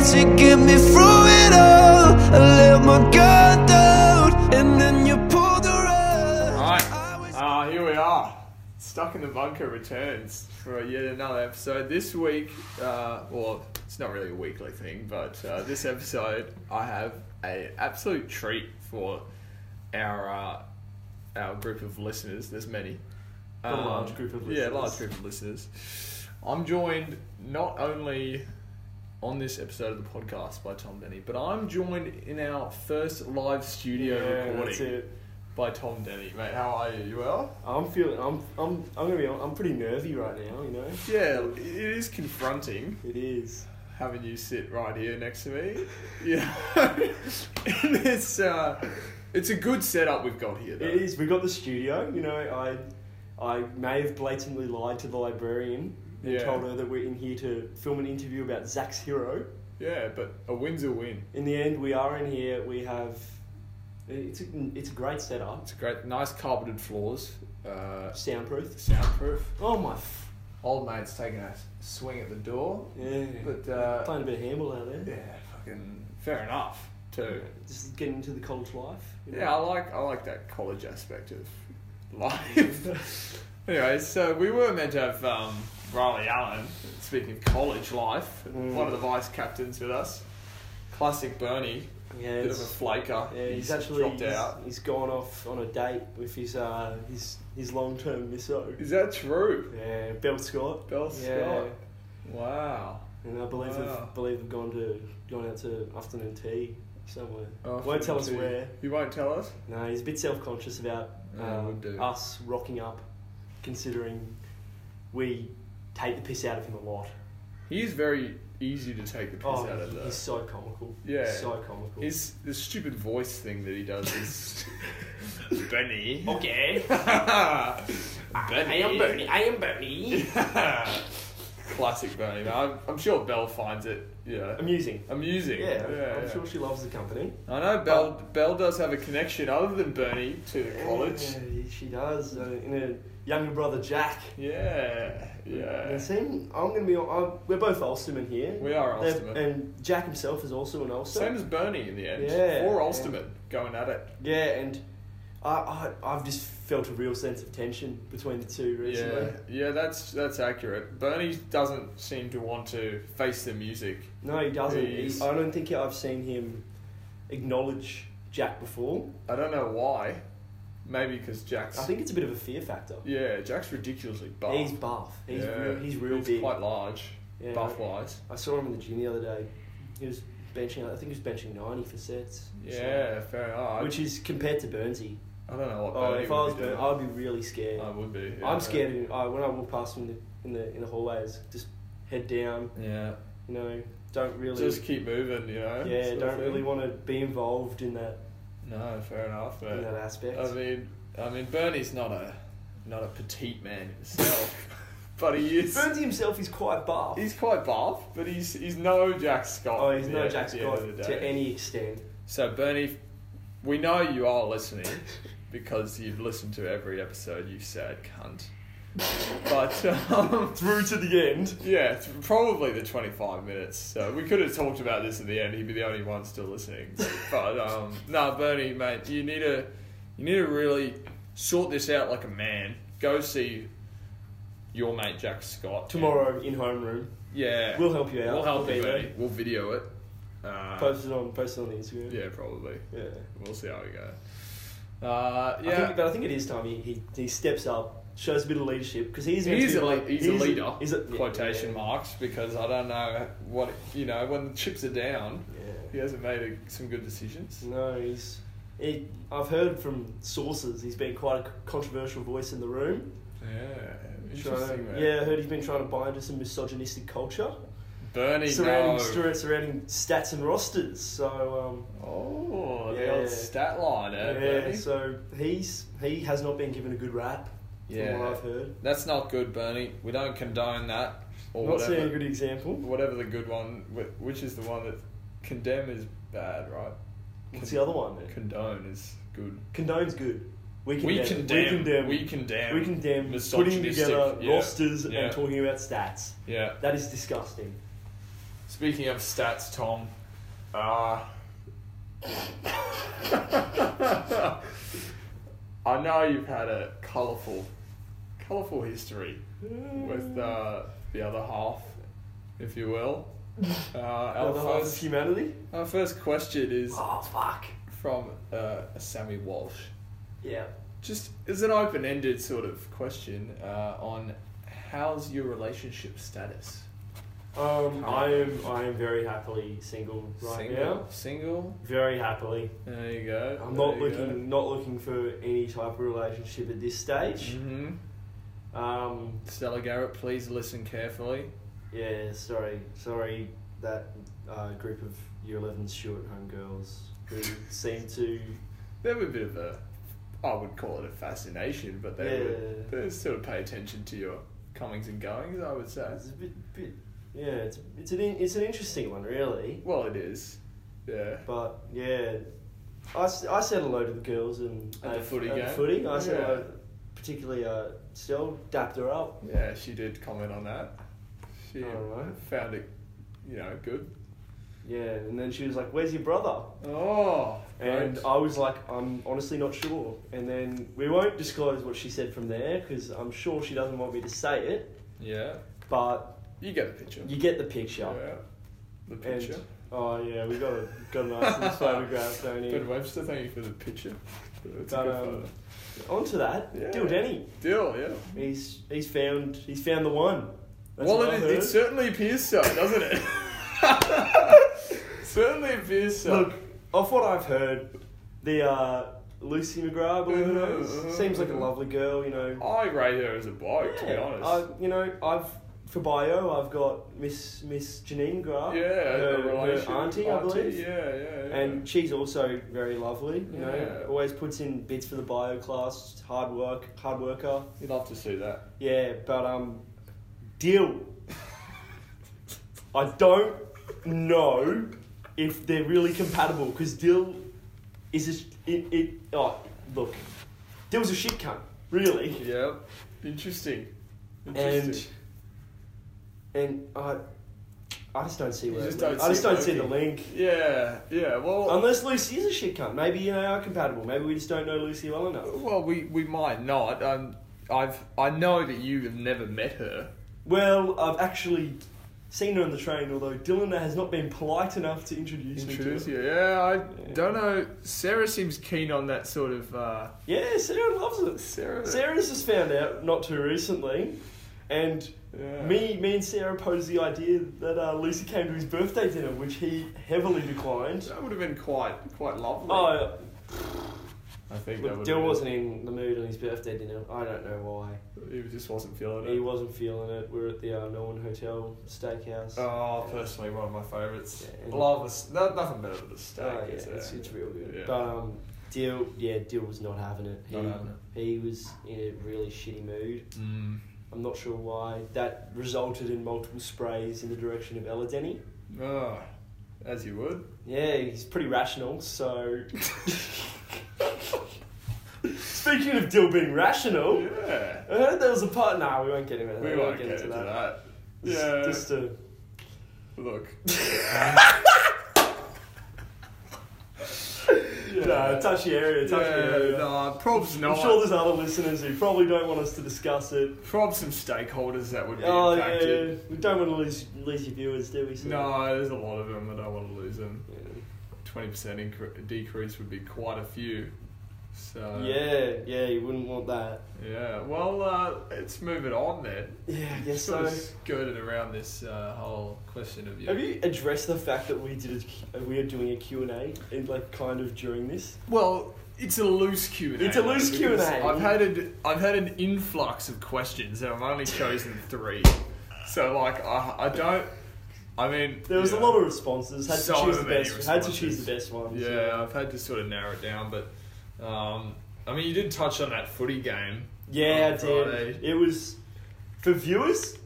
me through it all. I let my guard down, and then you pulled the rug. Right. I was- Ah, here we are. Stuck in the bunker returns for yet another episode. This week, uh, well, it's not really a weekly thing, but uh, this episode, I have a absolute treat for our uh, our group of listeners. There's many. Um, The large group of Yeah, large listeners. group of listeners. I'm joined not only on this episode of the podcast by Tom Denny, but I'm joined in our first live studio recording that's it. by Tom Denny. Mate, how are you? You well? I'm feeling. I'm. I'm. I'm gonna be. hon- I'm pretty nervy right now. You know. Yeah, it is confronting It is. having you sit right here next to me. Yeah, and it's uh, it's a good setup we've got here. Though. It is. We got the studio. You know, I. I may have blatantly lied to the librarian and Yeah. told her that we're in here to film an interview about Zach's hero. Yeah, but a win's a win. In the end, we are in here. We have. It's a, it's a great setup. It's great, nice carpeted floors, uh, Soundproof. soundproof. Oh my. F- Old mate's taking a swing at the door, yeah. but uh, Playing a bit of handball out there. yeah, fucking fair enough too. Just getting into the college life. you know. Yeah, I like I like that college aspect of life. anyway, so we were meant to have um, Riley Allen. Speaking of college life, Mm. one of the vice captains with us. Classic Bernie, Yeah. bit of a it's- flaker. Yeah, he's, he's actually dropped he's, out. he's gone off on a date with his uh his his long term misso. Is that true? Yeah, Bell Scott. Bell Yeah, Scott. Wow. and I believe Wow. they've believe they've gone to gone out to afternoon tea somewhere. Oh, Won't tell us gee. where. You won't tell us. No, he's a bit self conscious about Yeah, um, would do. us rocking up, considering we take the piss out of him a lot. He's very easy to take the piss Oh, out of. Though. he's so comical. Yeah. so comical. His the stupid voice thing that he does is Benny. okay. Benny. I am Bernie. Classic Bernie. Man. I'm, I'm sure Belle finds it yeah Amusing. amusing. Yeah, I'm yeah. sure she loves the company. I know Belle. Belle does have a connection other than Bernie to college. Yeah, she does. Uh, in a younger brother, Jack. Yeah, And yeah. it seemed- I'm going to be. I'm, we're both Ulstermen here. We are They're- Ulsterman. And Jack himself is also an Ulster. Same as Bernie in the end. Yeah, Four yeah. Ulstermen going at it. yeah, and I, I, I've just felt a real sense of tension between the two recently. Yeah, yeah. That's that's accurate. Bernie doesn't seem to want to face the music. No, he doesn't. He's- He- I don't think I've seen him acknowledge Jack before. I don't know why. Maybe because Jack's. I think it's a bit of a fear factor. Yeah, Jack's ridiculously buff. He's buff. He's Yeah. real, he's real big. quite large, Yeah. buff wise. I saw him in the gym the other day. He was benching. I think he was benching ninety for sets. So- Yeah, fair enough. Which is compared to Burnsy. I don't know what. Oh, Bernie if would I was be doing. Burn, I'd be really scared. I would be. yeah. I'm scared in, I, when I walk past him in the, in the in the hallways. Just head down, Yeah. you know. Don't really, Just keep moving, you know. yeah. sort of Don't thing. really want to be involved in that No, fair enough. in that But aspect. I mean, I mean, Bernie's not a not a petite man himself, but he is. Burnsy himself is quite buff. He's quite buff, but he's he's no Jack Scott. oh, he's yeah, no at Jack the end of Scott the to day. any extent. So Bernie, we know you are listening because you've listened to every episode. You sad cunt. But um, Through to the end. yeah, it's probably the twenty-five minutes. So we could have talked about this in the end. He'd be the only one still listening. But um, no, Bernie, mate, you need to you need to really sort this out like a man. Go see your mate Jack Scott Tomorrow in homeroom, Yeah, we'll help you out. We'll help We'll you. be there. Bernie. We'll video it. Uh, post it on post it on the Instagram. yeah, probably. yeah. We'll see how we go. Uh, I yeah, think, but I think it is time he, he, he steps up, shows a bit of leadership because he's meant he's, to a, be le- like- he's, a leader. He's a, quotation yeah, marks because I don't know what you know when the chips are down. yeah. He hasn't made a, some good decisions. No, he's. He, I've heard from sources he's been quite a controversial voice in the room. Yeah, Trying, interesting. man. Mm. yeah, I heard he's been trying to buy into some misogynistic culture Bernie. surrounding no. sur- surrounding stats and rosters. So Oh, the Yeah. old stat line, eh, um, yeah, Bernie? so he's he has not been given a good rap Yeah. from what I've heard. That's not good, Bernie. We don't condone that or not whatever. seeing a good example. whatever the good one, wh- which is the one that condemn is bad, right? What's the other one? Then? Condone is good. Condone's good. We condemn. We condemn. We condemn. We condemn. we condemn putting misogynistic- together yeah, rosters yeah, and talking about stats. Yeah. That is disgusting. Speaking of stats, Tom, Uh, I know you've had a colourful, colourful history with uh, the other half, if you will. Uh, our, Other half of first, humanity? our first question is Oh, fuck. from uh, Sammy Walsh. Yeah. Just as an open ended sort of question uh, on how's your relationship status? Um, I am, I am very happily single right single? now. Single? Very happily. There you go. I'm not looking, not looking for any type of relationship at this stage. Mm-hmm. Um, Stella Garrett, please listen carefully. yeah, sorry, sorry that uh, group of year 11 Stuart Home girls who seem to They have a bit of a, I would call it a fascination, but they Yeah. would they sort of pay attention to your comings and goings. I would say. It's a bit, bit yeah. It's it's an in- it's an interesting one, really. Well, it is. Yeah. But yeah, I, s- I said hello to the girls and At the footy game? footy, I said Yeah. hello, particularly uh, Stell dapped her up. Yeah, she did comment on that. She Alright. found it, you know, good. Yeah, and then she was like, "Where's your brother?" Oh. And right. I was like, "I'm honestly not sure." And then we won't disclose what she said from there because I'm sure she doesn't want me to say it. yeah, But you get the picture. you get the picture. Yeah. The picture. Oh yeah, we got a got an nice little photograph, don't Ben you? Webster, thank you for the picture. It's But, a good um, photo. Onto that, Yeah. Dill Denny. Deal, yeah. He's he's found he's found the one. That's well, what it, I is- it heard. certainly appears so, doesn't it? certainly appears so. look off what I've heard, the uh, Lucy McGrath, I believe it Mm-hmm, is, seems like a lovely girl. You know, I rate her as a bloke, Oh, to be Yeah, honest. I, you know, I've for bio I've got Miss Miss Janine Graf, yeah, her, a relation. her auntie, I believe, Yeah, yeah, yeah. and she's also very lovely. You know, Yeah. always puts in bits for the bio class, hard work, hard worker. you'd love to see that. Yeah, but um, deal. I don't know if they're really compatible because Dill is a, sh- it, it. Oh, look, Dill's a shit cunt, really. Yeah, interesting. And Interesting. and I, I just don't see You where. just it link- don't I just see don't it see the working. link. yeah, yeah. Well, Unless Lucy is a shit cunt, maybe you know, they are compatible. Maybe we just don't know Lucy well enough. well, we we might not. Um, I've I know that you have never met her. Well, I've actually seen her on the train, although Dylan has not been polite enough to introduce, Introduce me to her. you. Yeah, I Yeah. don't know. Sarah seems keen on that sort of. Uh, Yeah, Sarah loves it. Sarah. Sarah's just found out not too recently, and Yeah. me, me and Sarah posed the idea that uh, Lucy came to his birthday dinner, which he heavily declined. That would have been quite quite lovely. Oh, I think that look, would. Dill have wasn't in the mood on his birthday dinner. I don't know why. been- He just wasn't feeling it. He wasn't feeling it. We are at the uh, Norman Hotel Steakhouse. Oh, personally, one of my favourites. Yeah, and- Love a s- no, nothing better than a steak. Oh, yeah, is there? it's, it's real good. Yeah. But um, Dill, yeah, Dill was not having it. He, Not having it. he was in a really shitty mood. Mm. I'm not sure why. That resulted in multiple sprays in the direction of Ella Denny. Oh, as you would. Yeah, he's pretty rational, so. Speaking of Dill being rational, Yeah. I heard there was a part. Nah, we won't get into that. We won't get into that. Just- Yeah. Just to. Look. Yeah. Nah, touchy area, touchy area. Yeah, nah, probs I'm not. sure there's other listeners who probably don't want us to discuss it. probs some stakeholders that would be Oh yeah, yeah, impacted. we don't want to lose lose your viewers, do we? So- No, there's a lot of them. I don't want to lose them. Yeah. 20% incre- decrease would be quite a few. So. yeah, yeah, you wouldn't want that. Yeah, well, uh, let's move it on then. Yeah, I guess Sort of so. skirted around this uh, whole question of you. Have you addressed the fact that we did a, we are doing a Q and A in like kind of during this? Well, it's a loose Q and A. It's a loose Q&A. I've had a, I've had an influx of questions, and I've only chosen three. So like, I, I don't. I mean, There was yeah. a lot of responses. Had So to choose the many best. Had to choose responses. the best ones. Yeah, I've had to sort of narrow it down, but um, I mean, you did touch on that footy game. yeah, on I did. Friday. It was for viewers.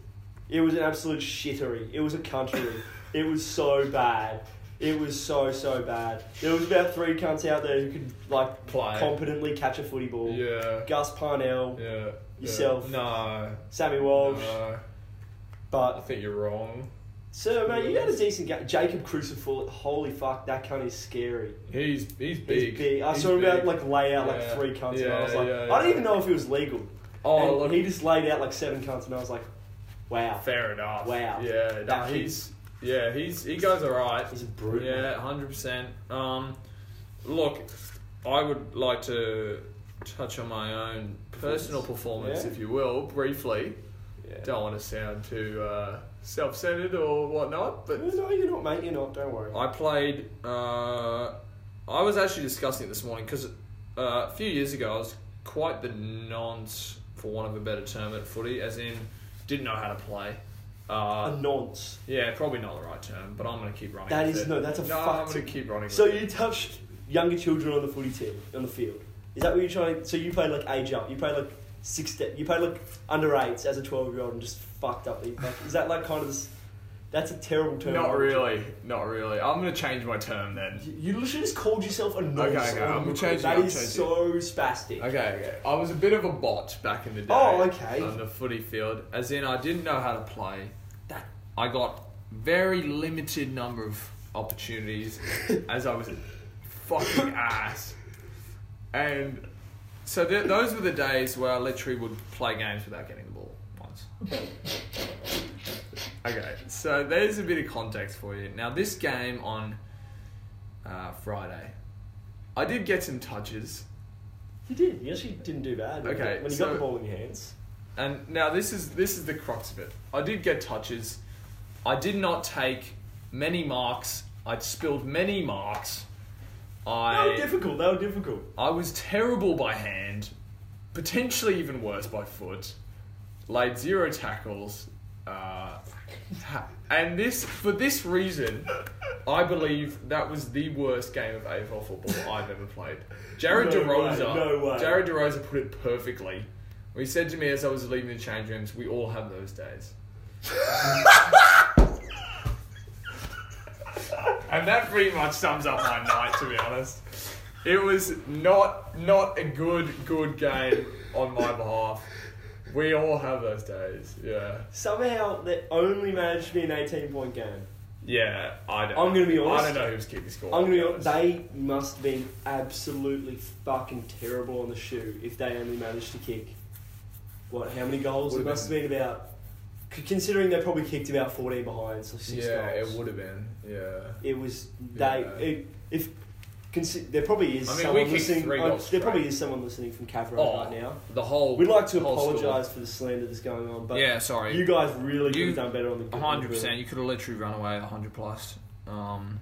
It was an absolute shittery. It was a country. it was so bad. It was so so bad. There was about three cunts out there who could like Play. competently catch a footy ball. Yeah. Gus Parnell, Yeah. Yourself. No. Sammy Walsh, No. I but think you're wrong. Sir, mate, you had a decent game. Jacob Crucifer, holy fuck, that cunt is scary. He's he's He's big. big. I He's saw him big. out like lay out like Yeah. three cunts, and Yeah, I was like, yeah, I don't yeah. even know if it was legal. Oh, And look, he just laid out like seven cunts, and I was like, wow. fair enough. Wow. Yeah, nah, That he's yeah he's he goes alright. He's a brute. Yeah, hundred percent. Um, look, I would like to touch on my own personal performance, Yeah. if you will, briefly. Yeah. Don't want to sound too uh, self-centered or whatnot, but Oh, No, you're not, mate. You're not. Don't worry. I played. Uh, I was actually discussing it this morning because uh, a few years ago I was quite the nonce, for want of a better term, at footy, as in didn't know how to play. a Uh, nonce. yeah, probably not the right term, but I'm gonna keep running. Um, That with is it. no. That's a no. fuck. I'm gonna keep running. So with you touched younger children on the footy team on the field. Is that what you're trying? So you played like age up. You played like six. Step, you played like under eights as a twelve year old and just fucked up. Like, is that like kind of? This, that's a terrible it. term. not really, not really. I'm gonna change my term then. You you literally just called yourself a nonce. Okay, okay, on I'm record. changing, That I'm is changing. so spastic. Okay, okay. I was a bit of a bot back in the day. Oh, okay. On the footy field, as in I didn't know how to play. That I got very limited number of opportunities, as I was a fucking ass. And so th- those were the days where I literally would play games without getting the ball once. okay, so there's a bit of context for you. Now this game on uh, Friday, I did get some touches. You did. You actually didn't do bad. When Okay, you- When you got so- the ball in your hands. And now this is this is the crux of it. I did get touches. I did not take many marks. I spilled many marks. They were I difficult. They were difficult. I was terrible by hand, potentially even worse by foot. Laid zero tackles, uh, ha- and this for this reason, I believe that was the worst game of AFL football I've ever played. Jared No DeRosa, way, no way. Jared DeRosa put it perfectly. He said to me as I was leaving the change rooms, "We all have those days." And that pretty much sums up my night, to be honest. It was not not a good good game on my behalf. We all have those days, yeah. Somehow they only managed to be an eighteen point game. Yeah, I don't. I'm gonna be honest. I don't know who's keeping score. I'm gonna be honest, honest. they must have been absolutely fucking terrible on the shoe if they only managed to kick what, how many goals? It Would've must have been about c- considering they probably kicked about fourteen behind, so six yeah, goals. it would have been. Yeah. It was they Yeah. it, if consi- there probably is I mean, we someone kicked listening three uh, goals there straight. probably is someone listening from Cavro Oh, right now. The whole. We'd like to whole apologise for the slander that's going on, score. but Yeah, sorry. you guys really could You- have done better on the on the hundred drill. percent. You could have literally run away hundred plus. Um,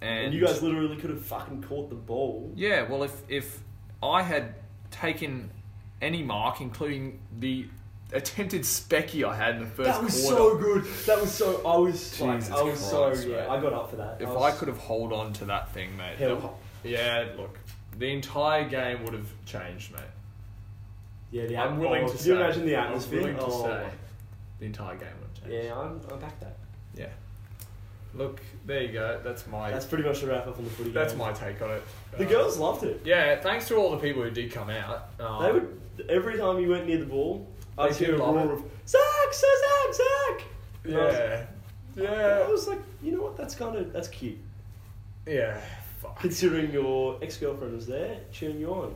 and, And you guys literally could have fucking caught the ball. Yeah, well, if if I had taken any mark, including the attempted specky I had in the first That was quarter, so good. That was so. I was like, Jesus I was Christ, so. Yeah, mate. I got up for that. if I was- could have hold on to that thing, mate. Hell. Yeah, look, the entire game would have changed, mate. Yeah, the I'm willing oh, to Can say. you imagine the atmosphere? I'm willing to oh, say the entire game would have changed. Yeah, I'm. I back that. Yeah. Look, there you go. That's my That's that's, pretty much the wrap up on the footy. game. my take on it. The Uh, girls loved it. Yeah, thanks to all the people who did come out. Um, They would every time you went near the ball. I They was do hearing a love roar it. of Zach, Zach, Zach, Zach. And I was- Yeah. I Yeah. was like, you know what? That's kind of that's cute. Yeah. Fuck. Considering your ex girlfriend was there cheering you on.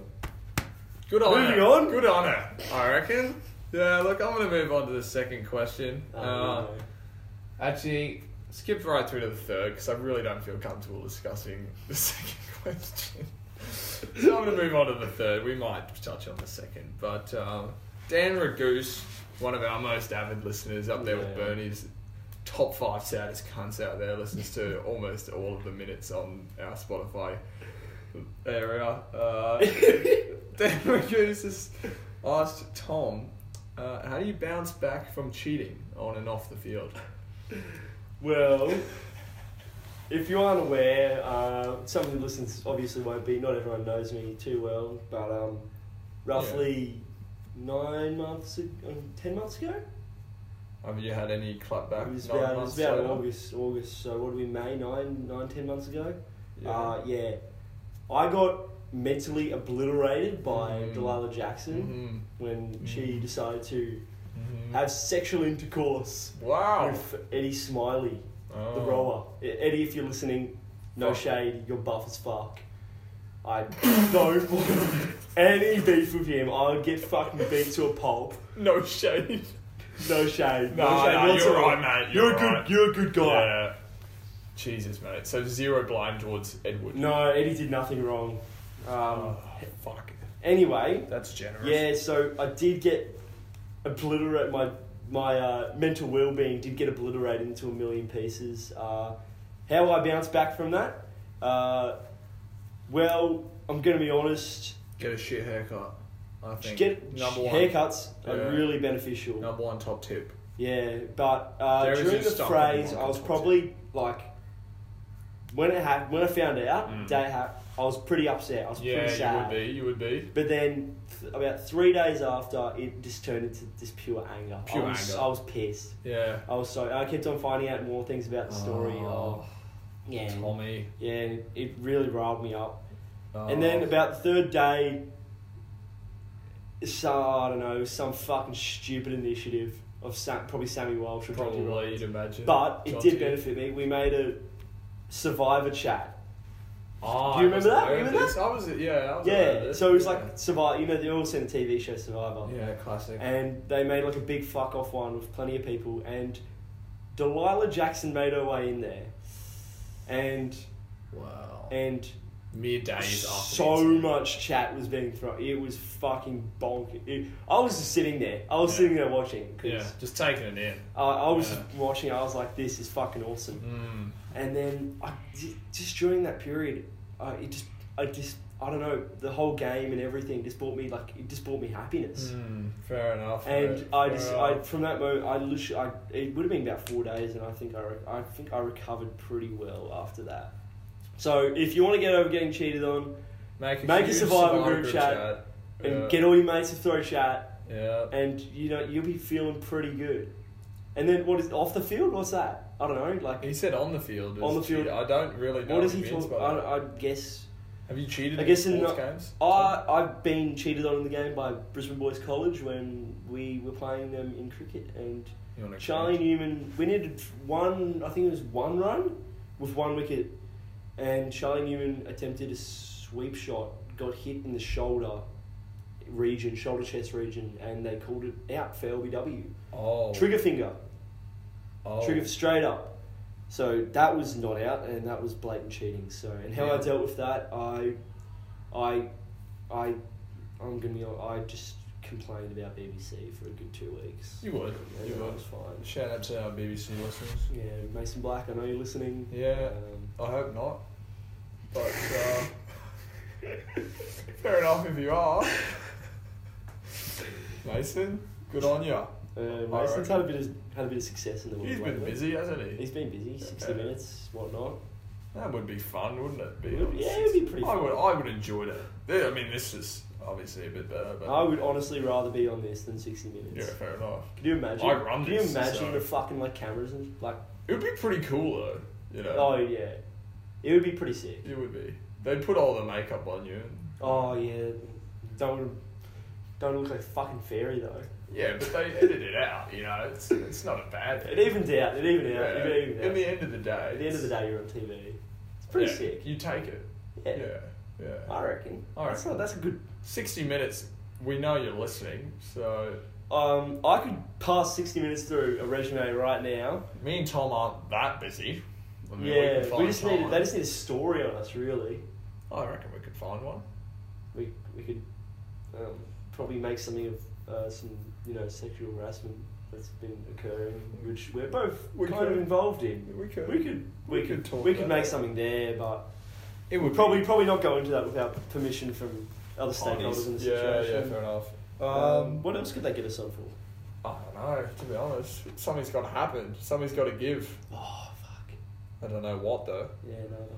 Good on Moving her. on. Good on her. I reckon. Yeah, look, I'm going to move on to the second question. Oh, uh, no. Actually, skipped right through to the third because I really don't feel comfortable discussing the second question. so I'm going to move on to the third. We might touch on the second. But um, Dan Ragoose, one of our most avid listeners up there with Yeah. Bernie's top five saddest cunts out there, listens to almost all of the minutes on our Spotify area. Uh, Dan Ragoose has asked Tom, uh, how do you bounce back from cheating on and off the field? Well, if you aren't aware, uh, some who listens obviously won't be. Not everyone knows me too well, but um, roughly nine months, ag- um, ten months ago, Have you had any clapback? it was Uh, nine about, it months was about later? August, August. So what are we? May nine, nine, ten months ago. Yeah. Uh, yeah, I got mentally obliterated by Mm. Delilah Jackson Mhm. when she Mm. decided to Mhm. have sexual intercourse Wow. with Eddie Smiley, the Oh. rower. E- Eddie, if you're listening, no Fuck. shade, you're buff as fuck. I don't want any beef with him. I'll get fucking beat to a pulp. No shade. No shade. No, Nah, shade. nah, you're whatsoever. right, mate, You're, you're a good. right. You're a good guy. Yeah. Jesus, mate. So zero blind towards Edward. No, Eddie did nothing wrong. Um, Oh, fuck. anyway, That's generous. yeah. So I did get obliterate my my uh, mental well being did get obliterated into a million pieces. Uh, how I bounced back from that? Uh, well, I'm gonna be honest. Get a shit haircut. I think. Just get number one. haircuts are Yeah. really beneficial. Number one top tip. Yeah, but uh, There is during a the stock phrase, in I was Morocco, probably like, when it hap- when I found out Mm. day hap- I was pretty upset. I was Yeah, pretty sad. you would be. You would be. But then, th- about three days after, it just turned into this pure anger. Pure I was, anger. I was pissed. Yeah. I was so. I kept on finding out more things about the story. Oh, yeah, Tommy. yeah. It really riled me up. Oh. And then about the third day, so I don't know, some fucking stupid initiative of Sam, probably Sammy Walsh. or Johnny probably Rollins. you'd imagine. But it John did Tier. benefit me. We made a survivor chat. Oh, Do you I was remember that? aware of Remember this. I was. Yeah. I was aware of Yeah, this. so it was like Survivor. You know, they all seen the TV show Survivor, Yeah, classic. and they made like a big fuck off one with plenty of people. And Delilah Jackson made her way in there, and wow. and Mere days after. the so incident. much chat was being thrown. It was fucking bonkers. It, I was just sitting there. I was Yeah. sitting there watching Yeah, because just taking it in. I, I was Yeah. just watching. I was like, this is fucking awesome. Mm. And then I j- just during that period, I it just I just I don't know the whole game and everything just brought me like it just brought me happiness. Mm, fair enough. And mate, I fair just I enough. from that moment I literally I it would have been about four days and I think I re- I think I recovered pretty well after that. So if you want to get over getting cheated on make a, make a huge survivor survivor group chat and yeah. get all your mates to throw chat Yeah. and you know you'll be feeling pretty good. And then what is off the field? What's that? I don't know. Like He said on the field. is On the field. cheating. I don't really know what what, does he he means talk? by I, that. don't- I guess Have you cheated? I guess in sports the- uh, games. I, I've been cheated on in the game by Brisbane Boys College when we were playing them in cricket, and You wanna Charlie change? Newman, we needed one, I think it was one run with one wicket, and Charlie Newman attempted a sweep shot, got hit in the shoulder region, shoulder chest region, and they called it out for LBW. Oh. Trigger finger, Oh. trigger straight up. So that was not out, and that was blatant cheating. So, and how I Yeah. dealt with that, I, I, I, I'm gonna be. hon- I just complained about BBC for a good two weeks. You would. And You then I would. was fine. Shout out to our BBC listeners. Yeah, Mason Black, I know you're listening. Yeah. Um, I hope not. But uh, fair enough if you are. Mason, good on ya. uh, I Mason's had a bit of had a bit of success in the world. He's been lately. busy, hasn't he? He's been busy, sixty Yeah. minutes, whatnot. That would be fun, wouldn't it? Be It would- yeah, it'd be pretty I fun. would. I would enjoy it. Yeah, I mean, this is obviously a bit better, but I would honestly rather be on this than sixty minutes. yeah, fair enough. Can you imagine? I run Can you this, imagine so- the fucking like cameras and like? It would be pretty cool though. You know, Oh yeah, it would be pretty sick. it would be. They'd put all the makeup on you. And, Oh yeah, don't don't look like a fucking fairy though. yeah, but they edit it out. You know, it's it's not a bad It thing. evens out. It evens out. Yeah, It evens out. In the end of the day, At the end of the day, you're on TV. It's pretty yeah, sick. You take it. Yeah, Yeah, yeah. I reckon. I That's not. That's a good. Sixty minutes. We know you're listening, so Um, I could pass sixty minutes through a resume right now. me and Tom aren't that busy. I mean, yeah, can we, find just need. time. They just need a story on us, really. I reckon we could find one. We we could um, probably make something of uh, some you know sexual harassment that's been occurring, which we're both We kind could. of involved in. We could. We could we, We could, could talk we could about make it. something there, but It we'd probably probably not go into that without permission from other stakeholders in the Yeah, yeah, situation. fair enough. Um, what else could they get us on for? I don't know. To be honest, something's got to happen. Something's got to give. Oh fuck. I don't know what though. Yeah, no. no.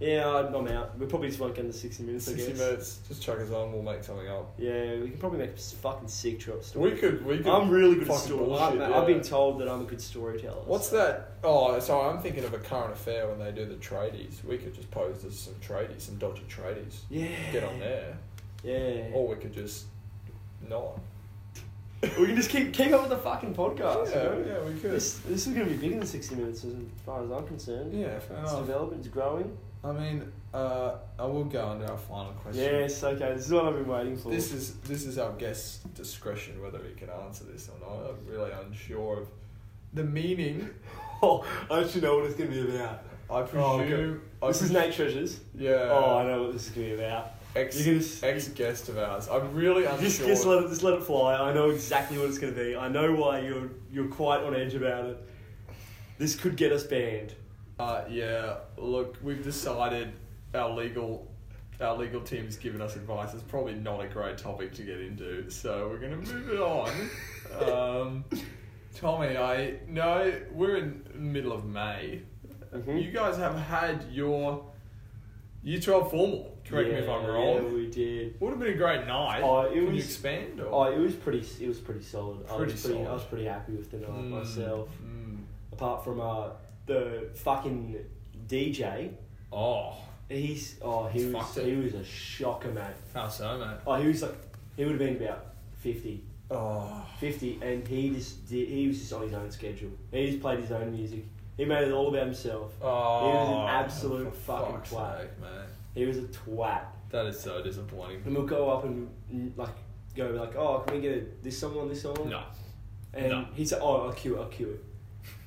Yeah, I'm I'm out. We probably just won't get into sixty minutes. I Sixty guess. minutes. Just chuck us on. We'll make something up. Yeah, we can probably make a s- fucking sick trip story. We could. We could. I'm really good at fucking story. bullshit, I'm- yeah. I've been told that I'm a good storyteller. What's so- that? Oh, sorry. I'm thinking of a current affair when they do the tradies. We could just pose as some tradies, some dodgy tradies. Yeah. Get on there, Yeah. or we could just not. We can just keep keep up with the fucking podcast. you yeah, know? yeah, we could. This, this is going to be bigger than 60 minutes as far as I'm concerned. Yeah, Oh. fair It's enough. developing, it's growing. I mean, uh, I will go on to our final question. Yes, okay, this is what I've been waiting for. This is this is our guest's discretion whether he can answer this or not. I'm really unsure of the meaning. oh, I actually know what it's going to be about. I presume. Oh, okay. I This is presu- Nate Treasures. Yeah. oh, I know what this is going to be about. Ex, You're gonna- ex guest of ours. I'm really unsure. Just, just, let it, just let it fly. I know exactly what it's going to be. I know why you're, you're quite on edge about it. This could get us banned. Uh, yeah. Look, we've decided our legal our legal team's given us advice. It's probably not a great topic to get into, so we're gonna move it on. um, Tommy, I know we're in the middle of May. Mhm. You guys have had your Year Twelve formal. Correct me if I'm Yeah, wrong. Yeah, we did. Would have been a great night. Oh, it Can you was- expand? Oh, Or? it was pretty. It was pretty solid. I Pretty was pretty. I solid. was pretty happy with the night Mm, myself. mm. Apart from uh, the fucking DJ, Oh, he's oh he He's was fucked it. he was a shocker, mate. how so, mate? Oh, he was like he would have been about 50, Oh, 50 and he just did. He was just on his own schedule. He just played his own music. He made it all about himself. oh, he was absolute fucking twat. sake, man. He was a twat. That is so disappointing. And we'll go up and mm, like go like, oh, can we get a, this song on this song? No. And No. he said, "Oh, I'll cue it, I'll cue it."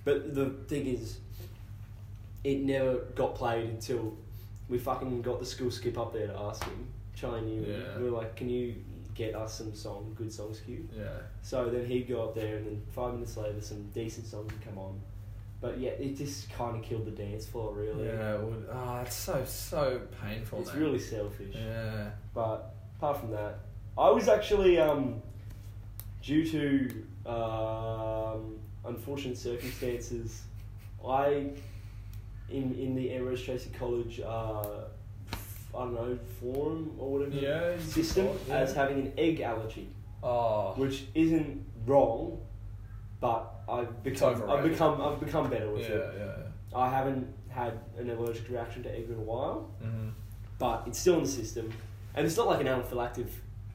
But the thing is, it never got played until we fucking got the school skip up there to ask him. Charlie knew. him. Yeah. We were like, "Can you get us some song, good songs queued?" Yeah. So then he'd go up there, and then five minutes later, some decent songs would come on. But yeah, it just kind of killed the dance floor, really. Yeah, it would. Ah, it's so, so painful. It's man. really selfish. Yeah. But apart from that, I was actually um, due to um, unfortunate circumstances, I in in the Ambrose Tracy College. Uh, I don't know forum or whatever Yeah, you system thought, yeah. as having an egg allergy, Oh. which isn't wrong, but I've become I've overrated. become I've become better yeah, with it. yeah. I haven't had an allergic reaction to egg in a while, Mm-hmm. but it's still in the system, and it's not like an anaphylactic.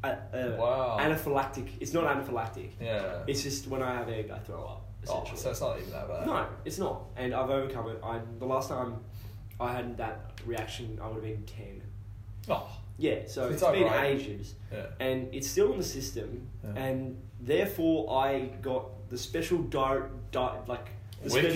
Uh, uh, Wow. Anaphylactic. It's not anaphylactic. Yeah. It's just when I have egg, I throw up. oh, Essentially. so it's not even that bad. no, it's not, and I've overcome it. I the last time I had that reaction, I would have been ten. Oh. Yeah, so It's it's been alright. ages, Yeah. and it's still in the system, Yeah. and therefore I got the special diet, diet like the Wicked.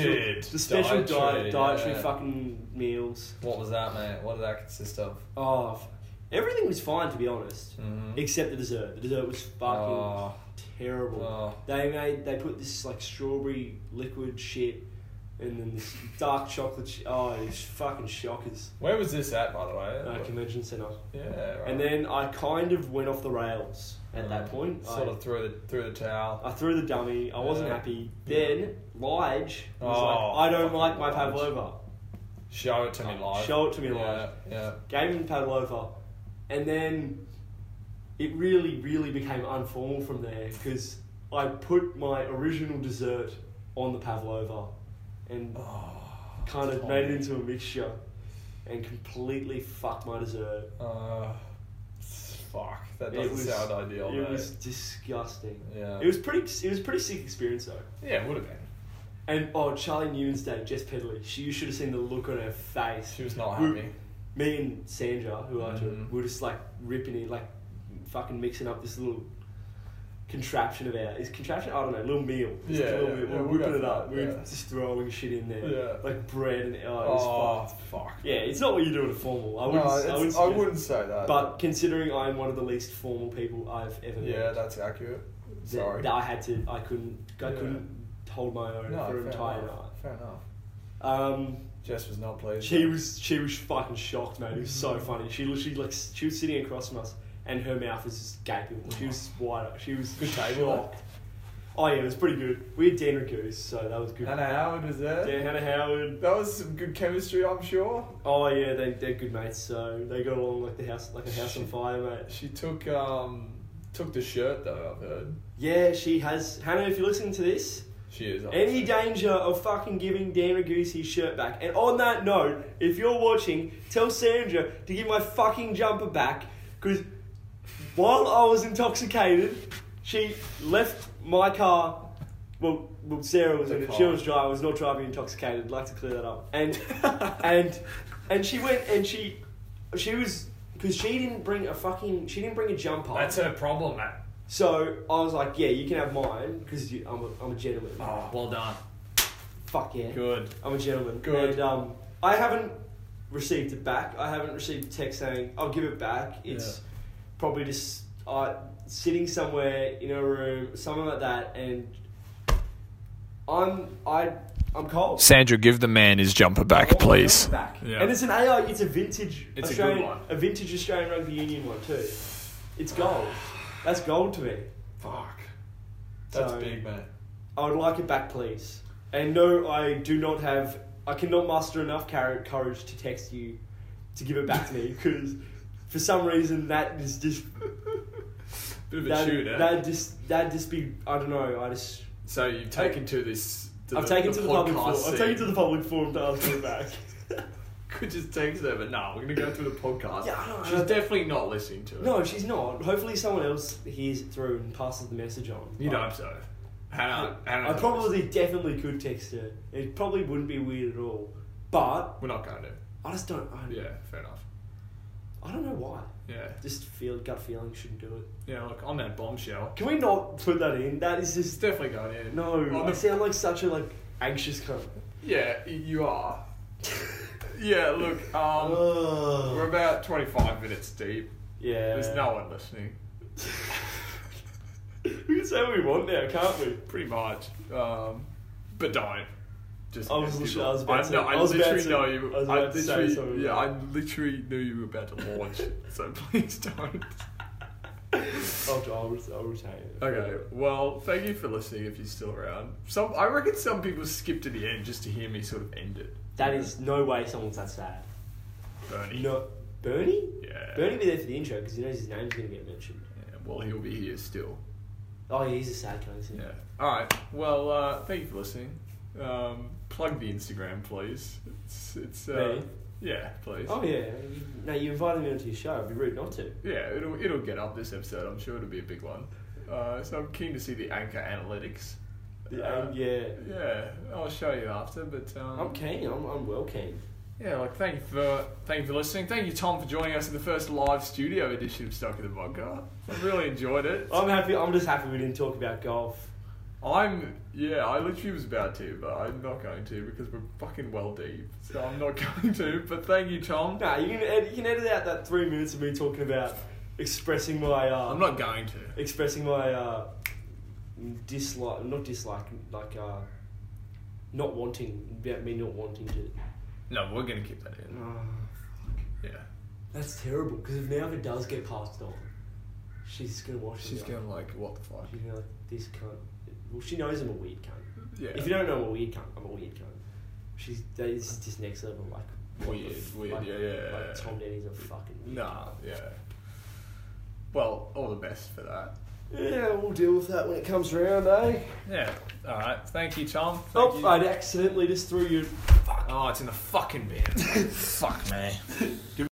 special, the special Dietary, diet, dietary yeah. fucking meals. What was that, mate? What did that consist of? Oh, f- everything was fine to be honest. Mm-hmm. Except the dessert. The dessert was fucking Oh. terrible. Oh. They made they put this like strawberry liquid shit, and then this dark chocolate. Sh- oh, it's fucking shockers. Where was this at, by the way? Uh, convention center. yeah. Right. And then I kind of went off the rails at Uh, that point. sort I, of threw the threw the towel. I threw the dummy. I wasn't Yeah. happy. Then Lige was Oh, like, "I don't fucking like my Lige. pavlova. Show it to me live. Uh, Show it to me yeah, live." Yeah. Gave him the pavlova, and then it really, really became unformal from there because I put my original dessert on the pavlova and Oh. kind of Tom. made it into a mixture and completely fucked my dessert. Uh, fuck. That doesn't it was, sound ideal. It mate. was disgusting. Yeah. It was pretty. It was a pretty sick experience though. yeah, it would have been. And oh, Charlie Newman's day, Jess Pedley. She, you should have seen the look on her face. She was not We- happy. me and Sandra, who I took, Mhm. we were just like ripping it, like fucking mixing up this little contraption of ours. Is contraption? I don't know, little meal. Just Yeah, a little yeah, meal. yeah, we're we'll go whipping it for up. that, We're yeah. just throwing shit in there. Yeah. Like bread and oh, it Oh, was fucked. fuck. Yeah, it's not what you do at a formal. I wouldn't. No, I it's- wouldn't. I suggest- wouldn't say that. But considering I'm one of the least formal people I've ever met, yeah, that's accurate. that- Sorry. that I had to, I couldn't, I Yeah. couldn't hold my own no, for an fair entire enough. night. Fair enough. Um, Jess was not pleased. She was she was fucking shocked, man. It was so Mm-hmm. funny. She literally like she was sitting across from us, and her mouth was just gaping. She was wide. She was Good table, though. shocked. Oh yeah, it was pretty good. We had Dana Goose, so that was good. Hannah Howard was there. Dan Hannah Howard. That was some good chemistry, I'm sure. Oh yeah, they they're good mates. So they got along like the house like a house on fire, mate. She took um took the shirt though. I've heard Yeah, she has Hannah. If you're listening to this, she is. any obviously. danger of fucking giving Dana Goose his shirt back. And on that note, if you're watching, tell Sandra to give my fucking jumper back. Because while I was intoxicated, she left my car. Well, well, Sarah was The in it. car. She was driving. Was not driving intoxicated. I'd like to clear that up. And and and she went and she she was because she didn't bring a fucking she didn't bring a jumper. That's her problem, mate. so I was like, yeah, you can have mine because I'm a, I'm a gentleman. Oh, Well done. Fuck yeah. good. I'm a gentleman. Good. And um, I haven't received it back. I haven't received a text saying I'll give it back. It's probably just uh, sitting somewhere in a room, something like that, and I'm I I'm cold. Sandra, give the man his jumper I back, want my please. number back. Yeah. And it's an AI. It's a vintage It's a good Australian, one. a vintage Australian rugby union one too. It's gold. That's gold to me. Fuck. That's So- big, man. I would like it back, please. And no, I do not have. I cannot muster enough car- courage to text you to give it back to me because for some reason that is just Bit of a eh? that shooter. that just that just be I don't know. I just so you've taken to this. To I've taken to the public forum. podcast I've taken to scene. the public forum to ask for it back. Could just text her, but nah, we're gonna go through the podcast. Yeah, I know, I She's know. definitely not listening to it. no, she's not. Hopefully, someone else hears it through and passes the message on. you But don't uh, so. Hannah, Hannah, I probably definitely could text her. It probably wouldn't be weird at all. But We're not going to. I just don't. I, Yeah, fair enough. I don't know why. Yeah, Just feel gut feeling shouldn't do it. yeah. Look, on that bombshell, Can we not put that in? That is it's just definitely going in. no. On I the- sound like such a like anxious cunt. yeah, you are. yeah, look, um, we're Ugh. about twenty-five minutes deep. yeah. There's no one listening. we can say what we want now, can't we? Pretty much. Um, but don't. Just I was just literally- I was about I, to- know- I, I was about literally to- know you. I was I about to say literally, something. yeah, I literally knew you were about to launch. so please don't. I'll, I'll, ret- I'll retain it. Okay. Well, thank you for listening. If you're still around, some I reckon some people skip to the end just to hear me sort of end it. That is no way someone's that sad. Bernie. You know, Bernie. Yeah. Bernie be there for the intro because he knows his name's gonna get mentioned. Yeah, well, he'll be here still. Oh yeah, he's a sad cunt. Isn't he? Yeah. All right. Well, uh, thank you for listening. Um, plug the Instagram, please. It's it's uh, Me? yeah, please. Oh yeah. You, no, you invited me onto your show. It'd be rude not to. Yeah, it'll it'll get up this episode. I'm sure it'll be a big one. Uh, so I'm keen to see the anchor analytics. The- Uh, um, yeah. Yeah, I'll show you after. But um, I'm keen. I'm, I'm well keen. yeah, like thank you for thank you for listening. Thank you, Tom, for joining us in the first live studio edition of Stuck in the Vodka. I really enjoyed it. I'm happy. I'm just happy we didn't talk about golf. I'm yeah, I literally was about to, but I'm not going to because we're fucking well deep. So I'm not going to. But thank you, Tom. Nah, you can ed- you can edit out that three minutes of me talking about expressing my uh, I'm not going to. expressing my uh, dislike, not dislike, like uh, not wanting about me not wanting to. No, we're gonna keep that in. Ah, Yeah. that's terrible. Because if now if it does get passed on, she's gonna watch. it She's now. going like, what the fuck? She's gonna like this cunt. Well, she knows I'm a weird cunt. Yeah. If you don't know I'm a weird cunt, I'm a weird cunt. She's that is just next level. Like what the Weird, f- weird, like- yeah, yeah, Like yeah. Tom Denny's a fucking. Weird Nah, yeah. Well, all the best for that. cunt. Yeah, we'll deal with that when it comes round, eh? Yeah. All right. Thank you, Tom. Thank Oh, you. I'd accidentally just threw you. oh, it's in the fucking bin. Fuck me.